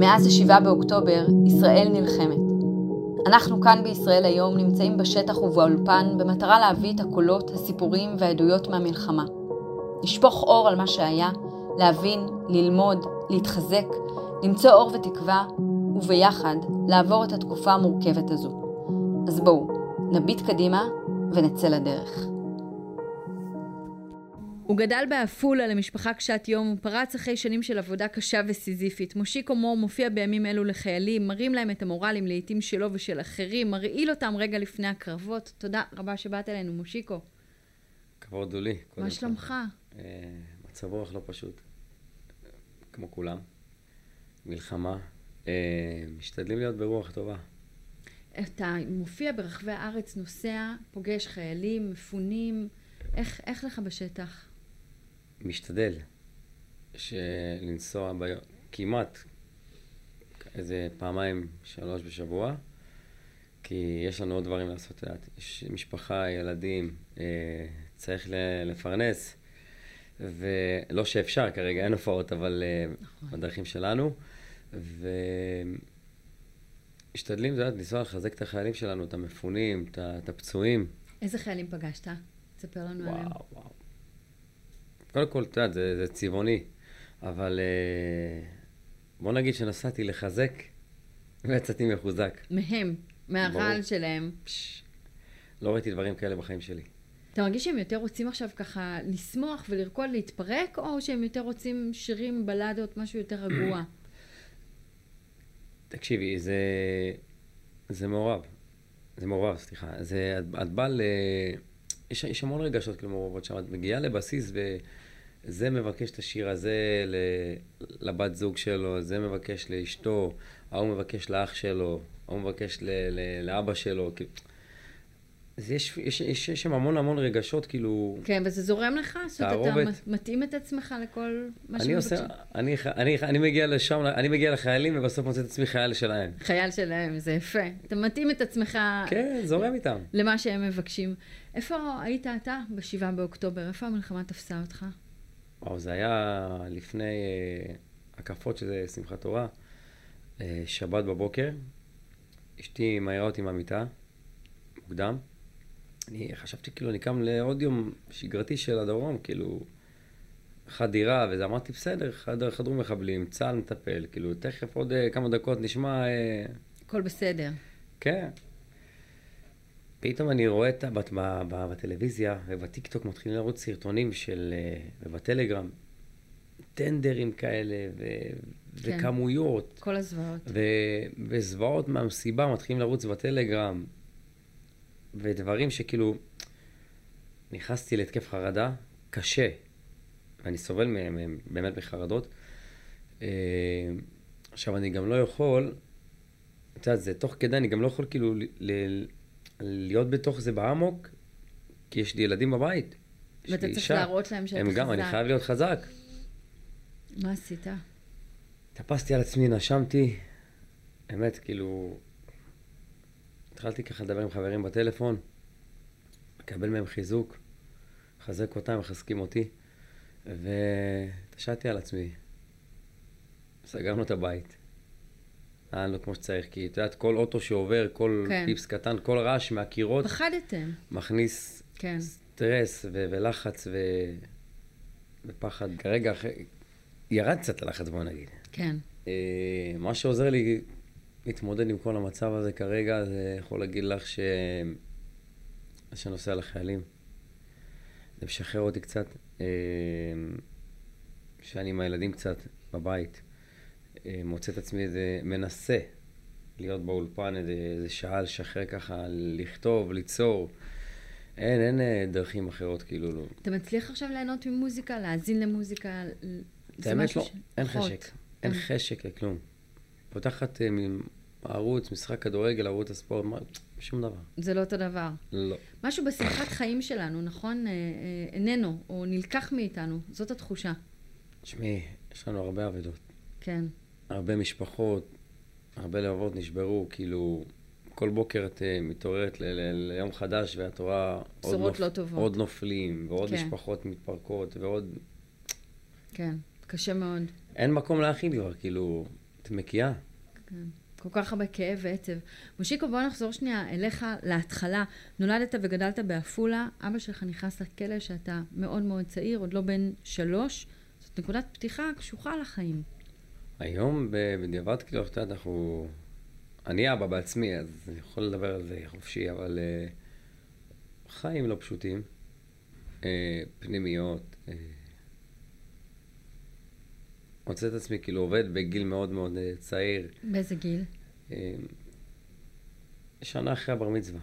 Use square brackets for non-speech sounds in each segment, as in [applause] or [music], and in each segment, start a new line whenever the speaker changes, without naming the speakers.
מאז ה-7 באוקטובר ישראל נלחמת. אנחנו כאן בישראל היום נמצאים בשטח ובאולפן במטרה להביא את הקולות, הסיפורים והעדויות מהמלחמה. לשפוך אור על מה שהיה, להבין, ללמוד, להתחזק, למצוא אור ותקווה, וביחד לעבור את התקופה המורכבת הזו. אז בואו, נביט קדימה ונצא לדרך. הוא גדל בעפולה למשפחה קשת יום ופרץ אחרי שנים של עבודה קשה וסיזיפית. מושיקו מור מופיע בימים אלו לחיילים, מרים להם את המורלים לעיתים שלו ושל אחרים, מרעיל אותם רגע לפני הקרבות. תודה רבה שבאת אלינו, מושיקו.
כבוד הוא לי.
מה שלומך?
אה, מצב רוח לא פשוט, כמו כולם. מלחמה. אה, משתדלים להיות ברוח טובה.
אתה מופיע ברחבי הארץ, נוסע, פוגש חיילים, מפונים. איך, איך לך בשטח?
משתדל שלנסוע ביום, כמעט איזה פעמיים, שלוש בשבוע, כי יש לנו עוד דברים לעשות, את יש משפחה, ילדים, אה, צריך ל- לפרנס, ולא שאפשר כרגע, אין הופעות, אבל אה,
נכון.
בדרכים שלנו, ומשתדלים, את יודעת, לנסוע לחזק את החיילים שלנו, את המפונים, את ה- את הפצועים.
איזה חיילים פגשת? תספר לנו עליהם.
וואו, וואו. קודם כל, את יודעת, זה, זה צבעוני, אבל אה, בוא נגיד שנסעתי לחזק [laughs] ויצאתי מחוזק.
מהם, מהרעל
ברור.
שלהם.
פש, לא ראיתי דברים כאלה בחיים שלי.
אתה מרגיש שהם יותר רוצים עכשיו ככה לשמוח ולרקוד, להתפרק, או שהם יותר רוצים שירים, בלדות, משהו יותר
[clears throat]
רגוע?
תקשיבי, זה, זה מעורב. זה מעורב, סליחה. זה, את, את באה ל... יש, יש המון רגשות כאילו מעורבות שם. את מגיעה לבסיס וזה מבקש את השיר הזה ל, לבת זוג שלו, זה מבקש לאשתו, ההוא מבקש לאח שלו, ההוא מבקש ל, ל, לאבא שלו. כאילו. אז יש, יש, יש, יש שם המון המון רגשות, כאילו...
כן, וזה זורם לך? זאת אומרת, אתה
תערובת.
מ- מתאים את עצמך לכל מה
אני
שמבקשים?
עושה, אני, ח- אני, ח- אני מגיע לשם, אני מגיע לחיילים ובסוף מוצא את עצמי חייל שלהם.
חייל שלהם, זה יפה. אתה מתאים את עצמך
כן, זורם איתם.
למה שהם מבקשים. איפה היית אתה בשבעה באוקטובר? איפה המלחמה תפסה אותך?
וואו, זה היה לפני אה, הקפות, שזה שמחת תורה, אה, שבת בבוקר. אשתי מעירה אותי מהמיטה, מוקדם. אני חשבתי כאילו אני קם לעוד יום שגרתי של הדרום, כאילו חדירה, וזה אמרתי בסדר, חדר, חדרו מחבלים, צה"ל מטפל, כאילו תכף עוד אה, כמה דקות נשמע, אה,
הכל בסדר.
כן. פתאום אני רואה את הבת ב- ב- בטלוויזיה ובטיקטוק מתחילים לרוץ סרטונים של... אה, ובטלגרם, טנדרים כאלה ו...
כן.
וכמויות
כל הזוועות.
ו... וזוועות מהמסיבה מתחילים לרוץ בטלגרם ודברים שכאילו... נכנסתי להתקף חרדה קשה, ואני סובל מהם, מהם באמת מחרדות. אה, עכשיו, אני גם לא יכול, את יודעת, זה תוך כדי, אני גם לא יכול כאילו ל- ל- להיות בתוך זה באמוק, כי יש לי ילדים בבית. יש
ואתה
לי
צריך
אישה.
להראות להם שאתה
הם גם, אני
חזק.
חייב להיות חזק.
מה עשית?
טפסתי על עצמי, נשמתי, באמת, כאילו... התחלתי ככה לדבר עם חברים בטלפון, לקבל מהם חיזוק, לחזק אותם, מחזקים אותי, ותשעתי על עצמי. סגרנו את הבית. פעלנו כמו שצריך, כי את יודעת, כל אוטו שעובר, כל
כן.
כן. פיפס קטן, כל רעש מהקירות,
פחדתם.
מכניס
כן.
סטרס ו- ולחץ ו... ופחד. כרגע, אחרי... ירד קצת הלחץ, בוא נגיד.
כן.
אה, מה שעוזר לי להתמודד עם כל המצב הזה כרגע, זה יכול להגיד לך ש... שנוסע לחיילים. זה משחרר אותי קצת, אה, שאני עם הילדים קצת בבית. אה, מוצא את עצמי איזה, מנסה להיות באולפן איזה, איזה שעה לשחרר ככה, לכתוב, ליצור. אין, אין אה, דרכים אחרות כאילו. לא.
אתה מצליח עכשיו ליהנות ממוזיקה, להאזין למוזיקה? ל-
את
זה
האמת
משהו
לא,
ש-
אין
פחות.
חשק. אין
כן.
חשק לכלום. פותחת אה, מ- ערוץ, משחק כדורגל, ערוץ הספורט, מה- שום דבר.
זה לא אותו דבר.
לא.
משהו בשמחת חיים שלנו, נכון? אה, אה, איננו, או נלקח מאיתנו. זאת התחושה.
תשמעי, יש לנו הרבה אבדות.
כן.
הרבה משפחות, הרבה לבבות נשברו, כאילו... כל בוקר את אה, מתעוררת ל- ל- ליום חדש ואת רואה עוד
בשורות לא טובות.
עוד נופלים ועוד
כן.
משפחות מתפרקות ועוד...
כן. קשה מאוד.
אין מקום להכיל כבר, כאילו, את מקיאה.
כן. כל כך הרבה כאב ועצב. מושיקו, בוא נחזור שנייה אליך להתחלה. נולדת וגדלת בעפולה, אבא שלך נכנס לכלא שאתה מאוד מאוד צעיר, עוד לא בן שלוש. זאת נקודת פתיחה קשוחה לחיים.
היום, ב- בדיעבד, כאילו, את יודעת, אנחנו... אני אבא בעצמי, אז אני יכול לדבר על זה חופשי, אבל אה, חיים לא פשוטים. אה, פנימיות. אה, מוצא את עצמי כאילו עובד בגיל מאוד מאוד אה, צעיר.
באיזה גיל?
אה, שנה אחרי הבר מצווה.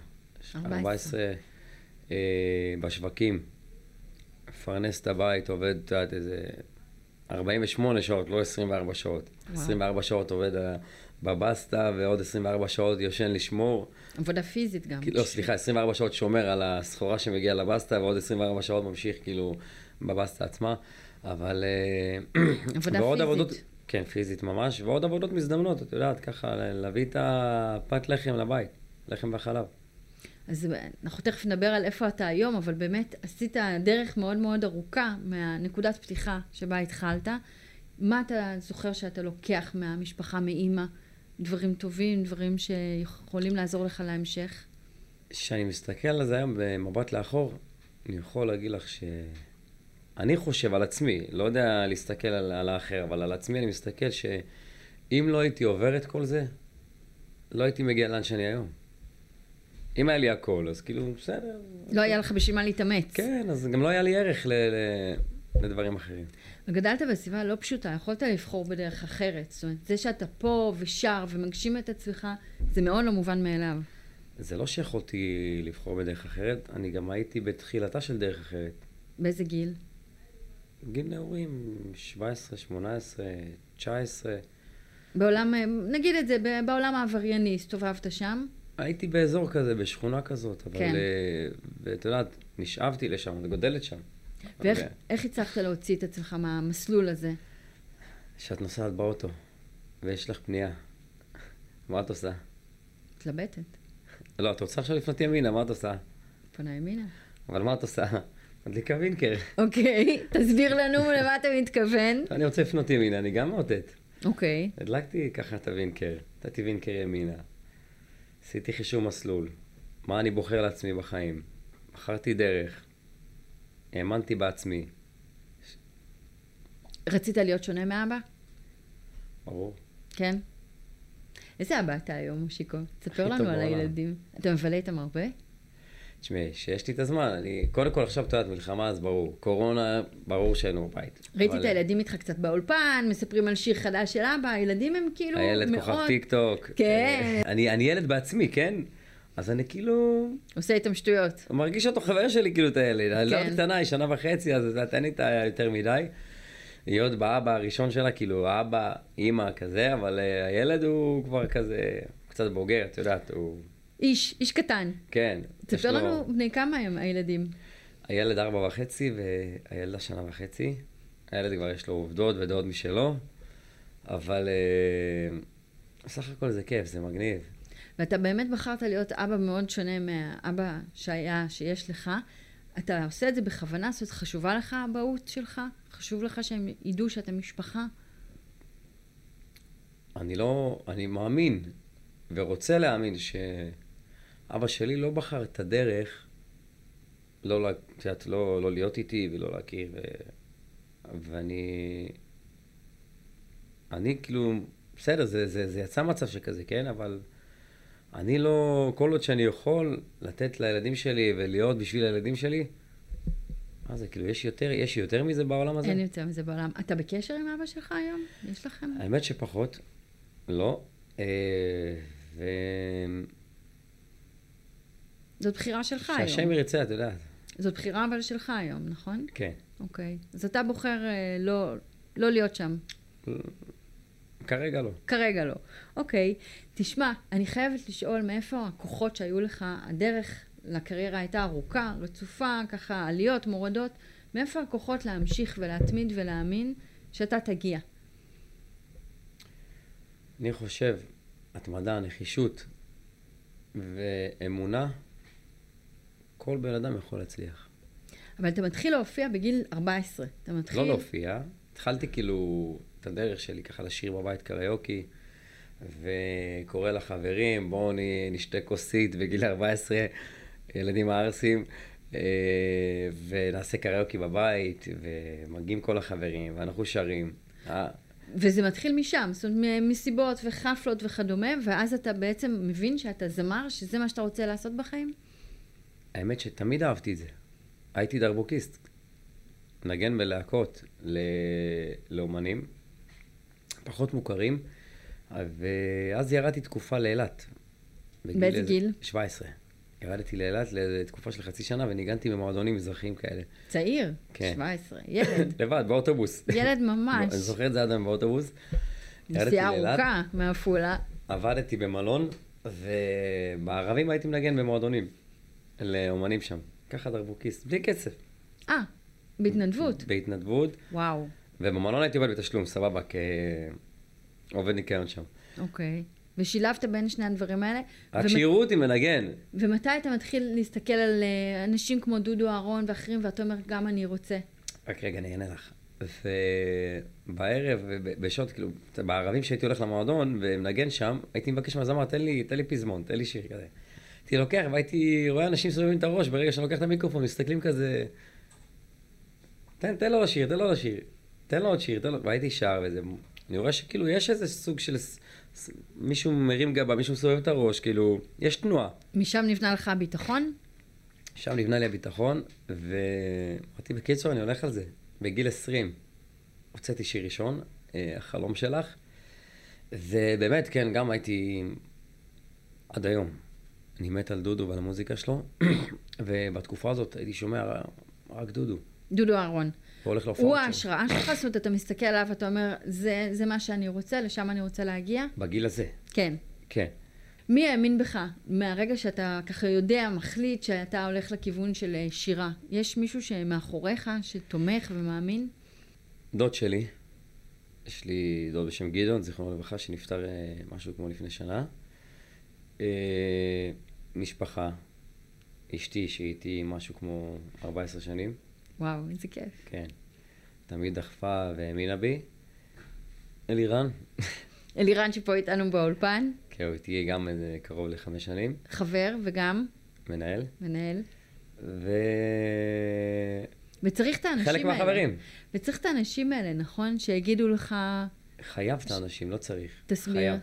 14.
14 אה, בשווקים. מפרנס את הבית, עובד, את יודעת, איזה 48 שעות, לא 24 שעות.
וואו.
24 שעות עובד אה, בבסטה, ועוד 24 שעות יושן לשמור.
עבודה פיזית גם.
כאילו, לא, סליחה, 24 שעות שומר על הסחורה שמגיעה לבסטה, ועוד 24 שעות ממשיך כאילו בבסטה עצמה, אבל... אה,
[clears throat] עבודה
ועוד
פיזית.
עבודות, כן, פיזית ממש, ועוד עבודות מזדמנות, את יודעת, ככה, ל- להביא את הפת לחם לבית, לחם וחלב.
אז אנחנו תכף נדבר על איפה אתה היום, אבל באמת עשית דרך מאוד מאוד ארוכה מהנקודת פתיחה שבה התחלת. מה אתה זוכר שאתה לוקח מהמשפחה, מאימא? דברים טובים, דברים שיכולים לעזור לך להמשך?
כשאני מסתכל על זה היום במבט לאחור, אני יכול להגיד לך ש... אני חושב על עצמי, לא יודע להסתכל על, על האחר, אבל על עצמי אני מסתכל שאם לא הייתי עובר את כל זה, לא הייתי מגיע לאן שאני היום. אם היה לי הכל, אז כאילו, בסדר.
לא היה לך בשביל מה להתאמץ.
כן, אז גם לא היה לי ערך ל, ל, לדברים אחרים.
וגדלת בסביבה לא פשוטה, יכולת לבחור בדרך אחרת. זאת אומרת, זה שאתה פה ושר ומגשים את עצמך, זה מאוד לא מובן מאליו.
זה לא שיכולתי לבחור בדרך אחרת, אני גם הייתי בתחילתה של דרך אחרת.
באיזה גיל?
גיל נעורים, 17, 18, 19.
בעולם, אה, נגיד את זה, ב- בעולם העברייני, הסתובבת שם?
הייתי באזור כזה, בשכונה כזאת, אבל...
כן.
כן. ואת יודעת, נשאבתי לשם, אני גודלת שם.
ואיך
אבל, אה,
איך הצלחת להוציא את עצמך מהמסלול הזה?
כשאת נוסעת באוטו, ויש לך פנייה, מה את עושה?
התלבטת,
לא, את רוצה עכשיו לפנות ימינה, מה את עושה?
פונה
[laughs]
ימינה.
אבל מה את עושה? מדליקה וינקר.
אוקיי, תסביר לנו למה אתה מתכוון.
אני רוצה לפנות ימינה, אני גם מאותת.
אוקיי,
הדלקתי ככה את הווינקר, נתתי וינקר ימינה. עשיתי חישוב מסלול, מה אני בוחר לעצמי בחיים. בחרתי דרך, האמנתי בעצמי,
רצית להיות שונה מאבא?
ברור.
כן. איזה אבא אתה היום, מושיקו? תספר
הכי
לנו
טוב
על
בעולם.
הילדים. אתה מבלה איתם הרבה?
תשמעי, שיש לי את הזמן, אני, קודם כל עכשיו את יודעת, מלחמה אז ברור. קורונה, ברור שאין בבית.
ראיתי
אבל
את הילדים איתך קצת באולפן, מספרים על שיר חדש של אבא, הילדים הם כאילו מאוד...
הילד כוכב טיק טוק.
כן.
אני, אני ילד בעצמי, כן? אז אני כאילו
עושה איתם שטויות.
מרגיש אותו חבר שלי, כאילו, את הילד. הילדה
כן.
קטנה, היא שנה וחצי, אז את יודעת, אין לי את ה- יותר מדי. היא עוד באבא הראשון שלה, כאילו, אבא, אימא, כזה, אבל אה, הילד הוא כבר כזה, קצת בוגר, את יודעת, הוא...
איש, איש קטן.
כן. יש
תספר
לו-
לנו בני כמה הם הילדים.
הילד ארבע וחצי והילדה שנה וחצי. הילד כבר יש לו עובדות ודעות משלו, אבל אה, סך הכל זה כיף, זה מגניב.
ואתה באמת בחרת להיות אבא מאוד שונה מהאבא שהיה, שיש לך. אתה עושה את זה בכוונה, זאת אומרת, חשובה לך האבהות שלך? חשוב לך שהם ידעו שאתה משפחה?
אני לא, אני מאמין ורוצה להאמין שאבא שלי לא בחר את הדרך לא, לה- את יודעת, לא, לא להיות איתי ולא להכיר, ו... ואני, אני כאילו, בסדר, זה, זה, זה יצא מצב שכזה, כן? אבל אני לא, כל עוד שאני יכול לתת לילדים שלי ולהיות בשביל הילדים שלי, מה זה, כאילו, יש יותר, יש יותר מזה בעולם הזה?
אין יותר מזה בעולם. אתה בקשר עם אבא שלך היום? יש לכם?
האמת שפחות, לא. אה, ו...
זאת בחירה שלך
שהשם
היום.
ירצה, את יודעת.
זאת בחירה אבל שלך היום, נכון?
כן.
אוקיי. אז אתה בוחר אה, לא, לא להיות שם.
כרגע לא.
כרגע לא. אוקיי, תשמע, אני חייבת לשאול מאיפה הכוחות שהיו לך, הדרך לקריירה הייתה ארוכה, רצופה, ככה עליות, מורדות, מאיפה הכוחות להמשיך ולהתמיד ולהאמין שאתה תגיע?
אני חושב, התמדה, נחישות ואמונה, כל בן אדם יכול להצליח.
אבל אתה מתחיל להופיע בגיל 14. אתה מתחיל...
לא להופיע, התחלתי כאילו את הדרך שלי ככה לשיר בבית קריוקי, וקורא לחברים, בואו נ- נשתה כוסית בגיל 14, ילדים ערסים, אה, ונעשה קריוקי בבית, ומגיעים כל החברים, ואנחנו שרים. אה,
וזה מתחיל משם, זאת אומרת, מ- מסיבות וחפלות וכדומה, ואז אתה בעצם מבין שאתה זמר, שזה מה שאתה רוצה לעשות בחיים?
האמת שתמיד אהבתי את זה. הייתי דרבוקיסט. נגן בלהקות ל... לאומנים, פחות מוכרים, ואז ירדתי תקופה לאילת. בגיל
באיזה
איזה-
גיל?
17. ירדתי לאילת לתקופה של חצי שנה וניגנתי במועדונים מזרחיים כאלה.
צעיר,
כן.
17,
[laughs]
ילד,
לבד, באוטובוס.
ילד ממש.
אני זוכר את זה עד היום באוטובוס. ירדתי
נסיעה
לאילת.
ארוכה מעפולה.
עבדתי במלון, ובערבים הייתי מנגן במועדונים לאומנים שם. ככה דרבוקיסט, בלי כסף.
אה, בהתנדבות.
בהתנדבות,
וואו,
ובמלון הייתי עובד בתשלום, סבבה, כעובד ניקיון שם.
אוקיי. ושילבת בין שני הדברים האלה.
רק
ומת-
שיראו אותי מנגן.
ומתי אתה מתחיל להסתכל על אה, אנשים כמו דודו אהרון ואחרים, ואתה אומר, גם אני רוצה.
רק רגע, אני אענה לך. ובערב, ב- בשעות, כאילו, בערבים שהייתי הולך למועדון ומנגן שם, הייתי מבקש מהזמר, תן לי, תן לי פזמון, תן לי שיר כזה. הייתי לוקח, והייתי רואה אנשים סובבים את הראש, ברגע שאני לוקח את המיקרופון, מסתכלים כזה, תן, תן לו לשיר, תן לו לשיר, תן לו עוד שיר, תן לו, והייתי שר וזה, אני רואה שכאילו יש איזה סוג של, ס- ס- מישהו מרים גבה, מישהו מסובב את הראש, כאילו, יש תנועה.
משם נבנה לך הביטחון?
שם נבנה לי הביטחון, ואמרתי, בקיצור, אני הולך על זה. בגיל 20 הוצאתי שיר ראשון, אה, החלום שלך, ובאמת, כן, גם הייתי עד היום. אני מת על דודו ועל המוזיקה שלו, [clears throat] ובתקופה הזאת הייתי שומע רק דודו.
דודו אהרון.
הוא הולך
הוא
להופעות שלו.
ההשראה שלך, זאת אומרת, אתה מסתכל עליו, אתה אומר, זה, זה מה שאני רוצה, לשם אני רוצה להגיע?
בגיל הזה,
כן.
כן.
מי האמין בך מהרגע שאתה ככה יודע, מחליט שאתה הולך לכיוון של אה, שירה? יש מישהו שמאחוריך, שתומך ומאמין?
דוד שלי, יש לי דוד בשם גדעון, זיכרונו לברכה, שנפטר אה, משהו כמו לפני שנה. אה, משפחה, אשתי, שהיא איתי משהו כמו 14 שנים,
וואו, איזה כיף.
כן. תמיד דחפה והאמינה בי. אלירן, [laughs]
אלירן שפה איתנו באולפן,
כן, הוא איתי גם איזה קרוב לחמש שנים,
חבר וגם
מנהל.
מנהל.
וחלק
וצריך את האנשים האלה.
מהחברים.
וצריך את האנשים האלה, נכון? שיגידו לך,
חייב את האנשים, לא צריך.
תסביר.
חייב.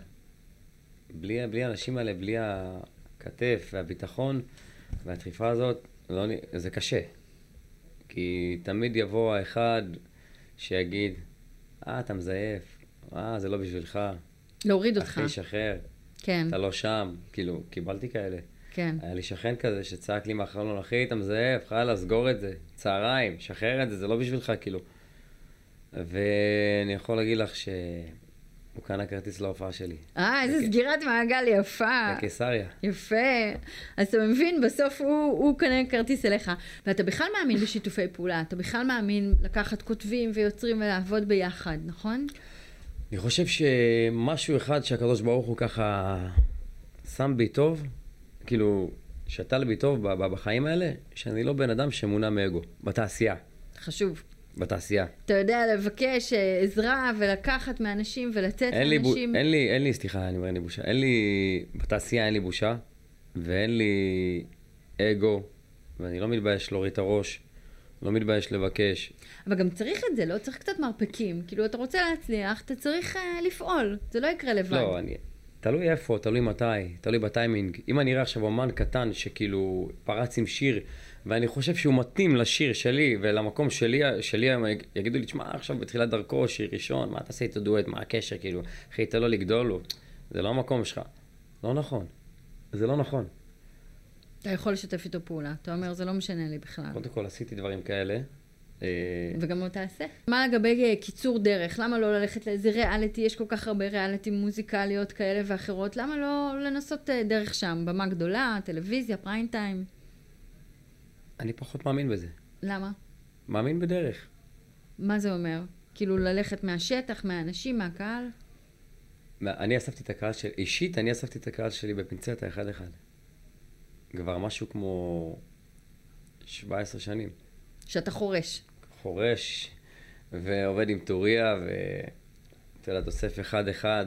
בלי, בלי האנשים האלה, בלי הכתף והביטחון והדחיפה הזאת, לא, נ- זה קשה. כי תמיד יבוא האחד שיגיד, אה, אתה מזייף, אה, זה לא בשבילך,
להוריד אותך.
אחי, שחרר,
כן,
אתה לא שם. כאילו, קיבלתי כאלה.
כן.
היה לי שכן כזה שצעק לי מהחלון, אחי, אתה מזייף, חלה, סגור את זה, צהריים, שחרר את זה, זה לא בשבילך, כאילו. ואני יכול להגיד לך שהוא קנה כרטיס להופעה שלי.
אה, איזה
וכן.
סגירת מעגל יפה.
בקיסריה.
יפה. אז אתה מבין, בסוף הוא, הוא קנה כרטיס אליך. ואתה בכלל מאמין בשיתופי פעולה, אתה בכלל מאמין לקחת כותבים ויוצרים ולעבוד ביחד, נכון?
אני חושב שמשהו אחד שהקדוש ברוך הוא ככה שם בי טוב, כאילו, שתל בי טוב ב- ב- בחיים האלה, שאני לא בן אדם שמונע מאגו, בתעשייה,
חשוב.
בתעשייה.
אתה יודע לבקש אה, עזרה ולקחת מאנשים ולתת
אין לי, בו,
לאנשים.
אין, לי, אין לי, סליחה, אני אומר, אין לי בושה. אין לי, בתעשייה אין לי בושה, ואין לי אגו, ואני לא מתבייש להוריד את הראש, לא מתבייש לבקש.
אבל גם צריך את זה, לא? צריך קצת מרפקים. כאילו, אתה רוצה להצליח, אתה צריך אה, לפעול. זה לא יקרה לבד.
לא, אני... תלוי איפה, תלוי מתי, תלוי בטיימינג. אם אני אראה עכשיו אומן קטן שכאילו פרץ עם שיר, ואני חושב שהוא מתאים לשיר שלי ולמקום שלי, שלי הם יג- יגידו לי, תשמע, עכשיו בתחילת דרכו, שיר ראשון, מה תעשה איתו דואט, מה הקשר, כאילו, אחי, תן לו לגדול, הוא- זה לא המקום שלך. לא נכון. זה לא נכון.
אתה יכול לשתף איתו פעולה. אתה אומר, זה לא משנה לי בכלל.
קודם כל עשיתי דברים כאלה. אה,
וגם לא תעשה. מה לגבי אה, קיצור דרך? למה לא ללכת לאיזה ריאליטי? יש כל כך הרבה ריאליטי מוזיקליות כאלה ואחרות. למה לא לנסות אה, דרך שם? במה גדולה, טלוויזיה, פריים טיים?
אני פחות מאמין בזה.
למה?
מאמין בדרך.
מה זה אומר? כאילו ללכת מהשטח, מהאנשים, מהקהל?
מה- אני אספתי את הקהל שלי, אישית אני אספתי את הקהל שלי בפינצטה אחד-אחד. כבר משהו כמו 17 שנים.
שאתה חורש.
חורש, ועובד עם טוריה, ואתה יודעת, אוסף אחד-אחד.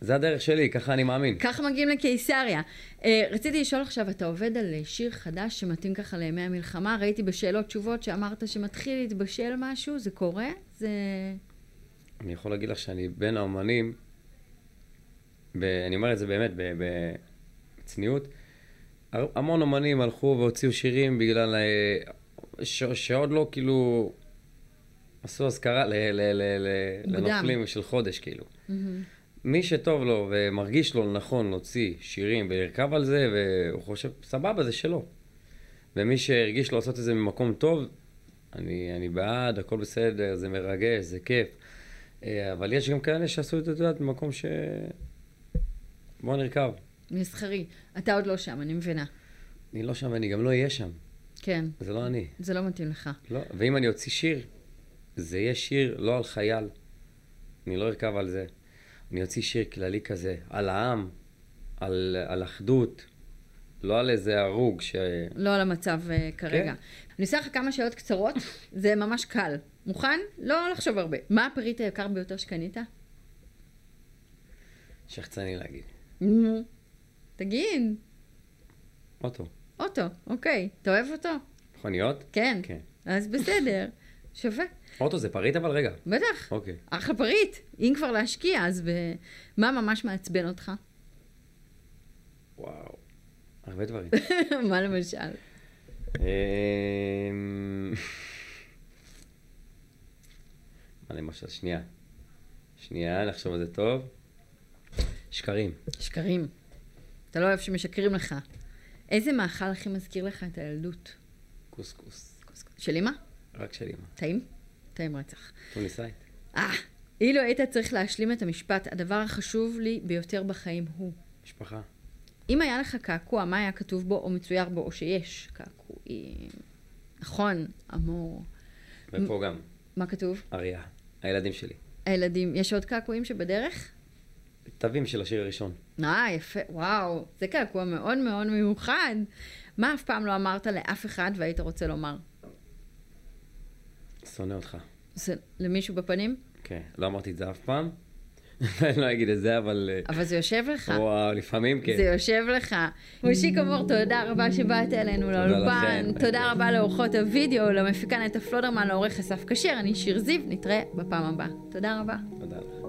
זה הדרך שלי, ככה אני מאמין.
ככה מגיעים לקיסריה. אה, רציתי לשאול עכשיו, אתה עובד על אה, שיר חדש שמתאים ככה לימי המלחמה? ראיתי בשאלות תשובות שאמרת שמתחיל להתבשל משהו, זה קורה? זה...
אני יכול להגיד לך שאני בין האומנים, ב, אני אומר את זה באמת ב- בצניעות, הר- המון אומנים הלכו והוציאו שירים בגלל אה, ש, שעוד לא כאילו עשו אזכרה ל, ל, ל, ל,
מוקדם.
לנופלים של חודש כאילו. מי שטוב לו ומרגיש לו נכון להוציא שירים ולרכב על זה, והוא חושב, סבבה, זה שלו. ומי שהרגיש לו לעשות את זה ממקום טוב, אני, אני בעד, הכל בסדר, זה מרגש, זה כיף. אה, אבל יש גם כאלה שעשו את זה, את יודעת, ממקום ש... בוא נרכב.
מסחרי. אתה עוד לא שם, אני מבינה.
אני לא שם ואני גם לא אהיה שם,
כן,
זה לא אני.
זה לא מתאים לך.
לא. ואם אני אוציא שיר, זה יהיה שיר לא על חייל. אני לא ארכב על זה. אני אוציא שיר כללי כזה, על העם, על, על אחדות, לא על איזה הרוג ש...
לא על המצב uh, כרגע. אני אעשה לך כמה שאלות קצרות, זה ממש קל. מוכן? לא לחשוב הרבה. מה הפריט היקר ביותר שקנית?
שחצני להגיד.
נו, תגיד,
אוטו.
אוטו, אוקיי. אתה אוהב אותו?
מכוניות?
כן.
כן.
אז בסדר, שווה.
אוטו זה פריט אבל רגע.
בטח.
אוקיי.
אחלה פריט. אם כבר להשקיע, אז ב... מה ממש מעצבן אותך? [laughs]
וואו. הרבה דברים.
מה למשל?
אמ, מה למשל? שנייה. שנייה, נחשוב על זה טוב. שקרים.
שקרים. אתה לא אוהב שמשקרים לך. איזה מאכל הכי מזכיר לך את הילדות?
קוסקוס.
של אמא?
רק של אמא.
טעים? טעים רצח.
טוניסאית.
אה, אילו היית צריך להשלים את המשפט, הדבר החשוב לי ביותר בחיים הוא.
משפחה.
אם היה לך קעקוע, מה היה כתוב בו או מצויר בו, או שיש קעקועים? נכון, אמור.
ופה גם,
מה כתוב?
אריה. הילדים שלי.
הילדים, יש עוד קעקועים שבדרך?
תווים של השיר הראשון.
אה, יפה, וואו, זה קעקוע מאוד מאוד מיוחד. מה אף פעם לא אמרת לאף אחד והיית רוצה לומר?
שונא אותך.
זה למישהו בפנים?
כן. לא אמרתי את זה אף פעם. [laughs] אני לא אגיד את זה, אבל... אה,
אבל זה יושב לך.
וואו, לפעמים
זה
כן.
יושב לך. מושיקו מור, תודה רבה שבאת אלינו
תודה
לאולפן.
לכם.
תודה רבה לעורכות הוידאו, למפיקה נטע פלודרמן, לעורך אסף כשר, אני שיר זיו, נתראה בפעם הבאה. תודה רבה.
תודה לך.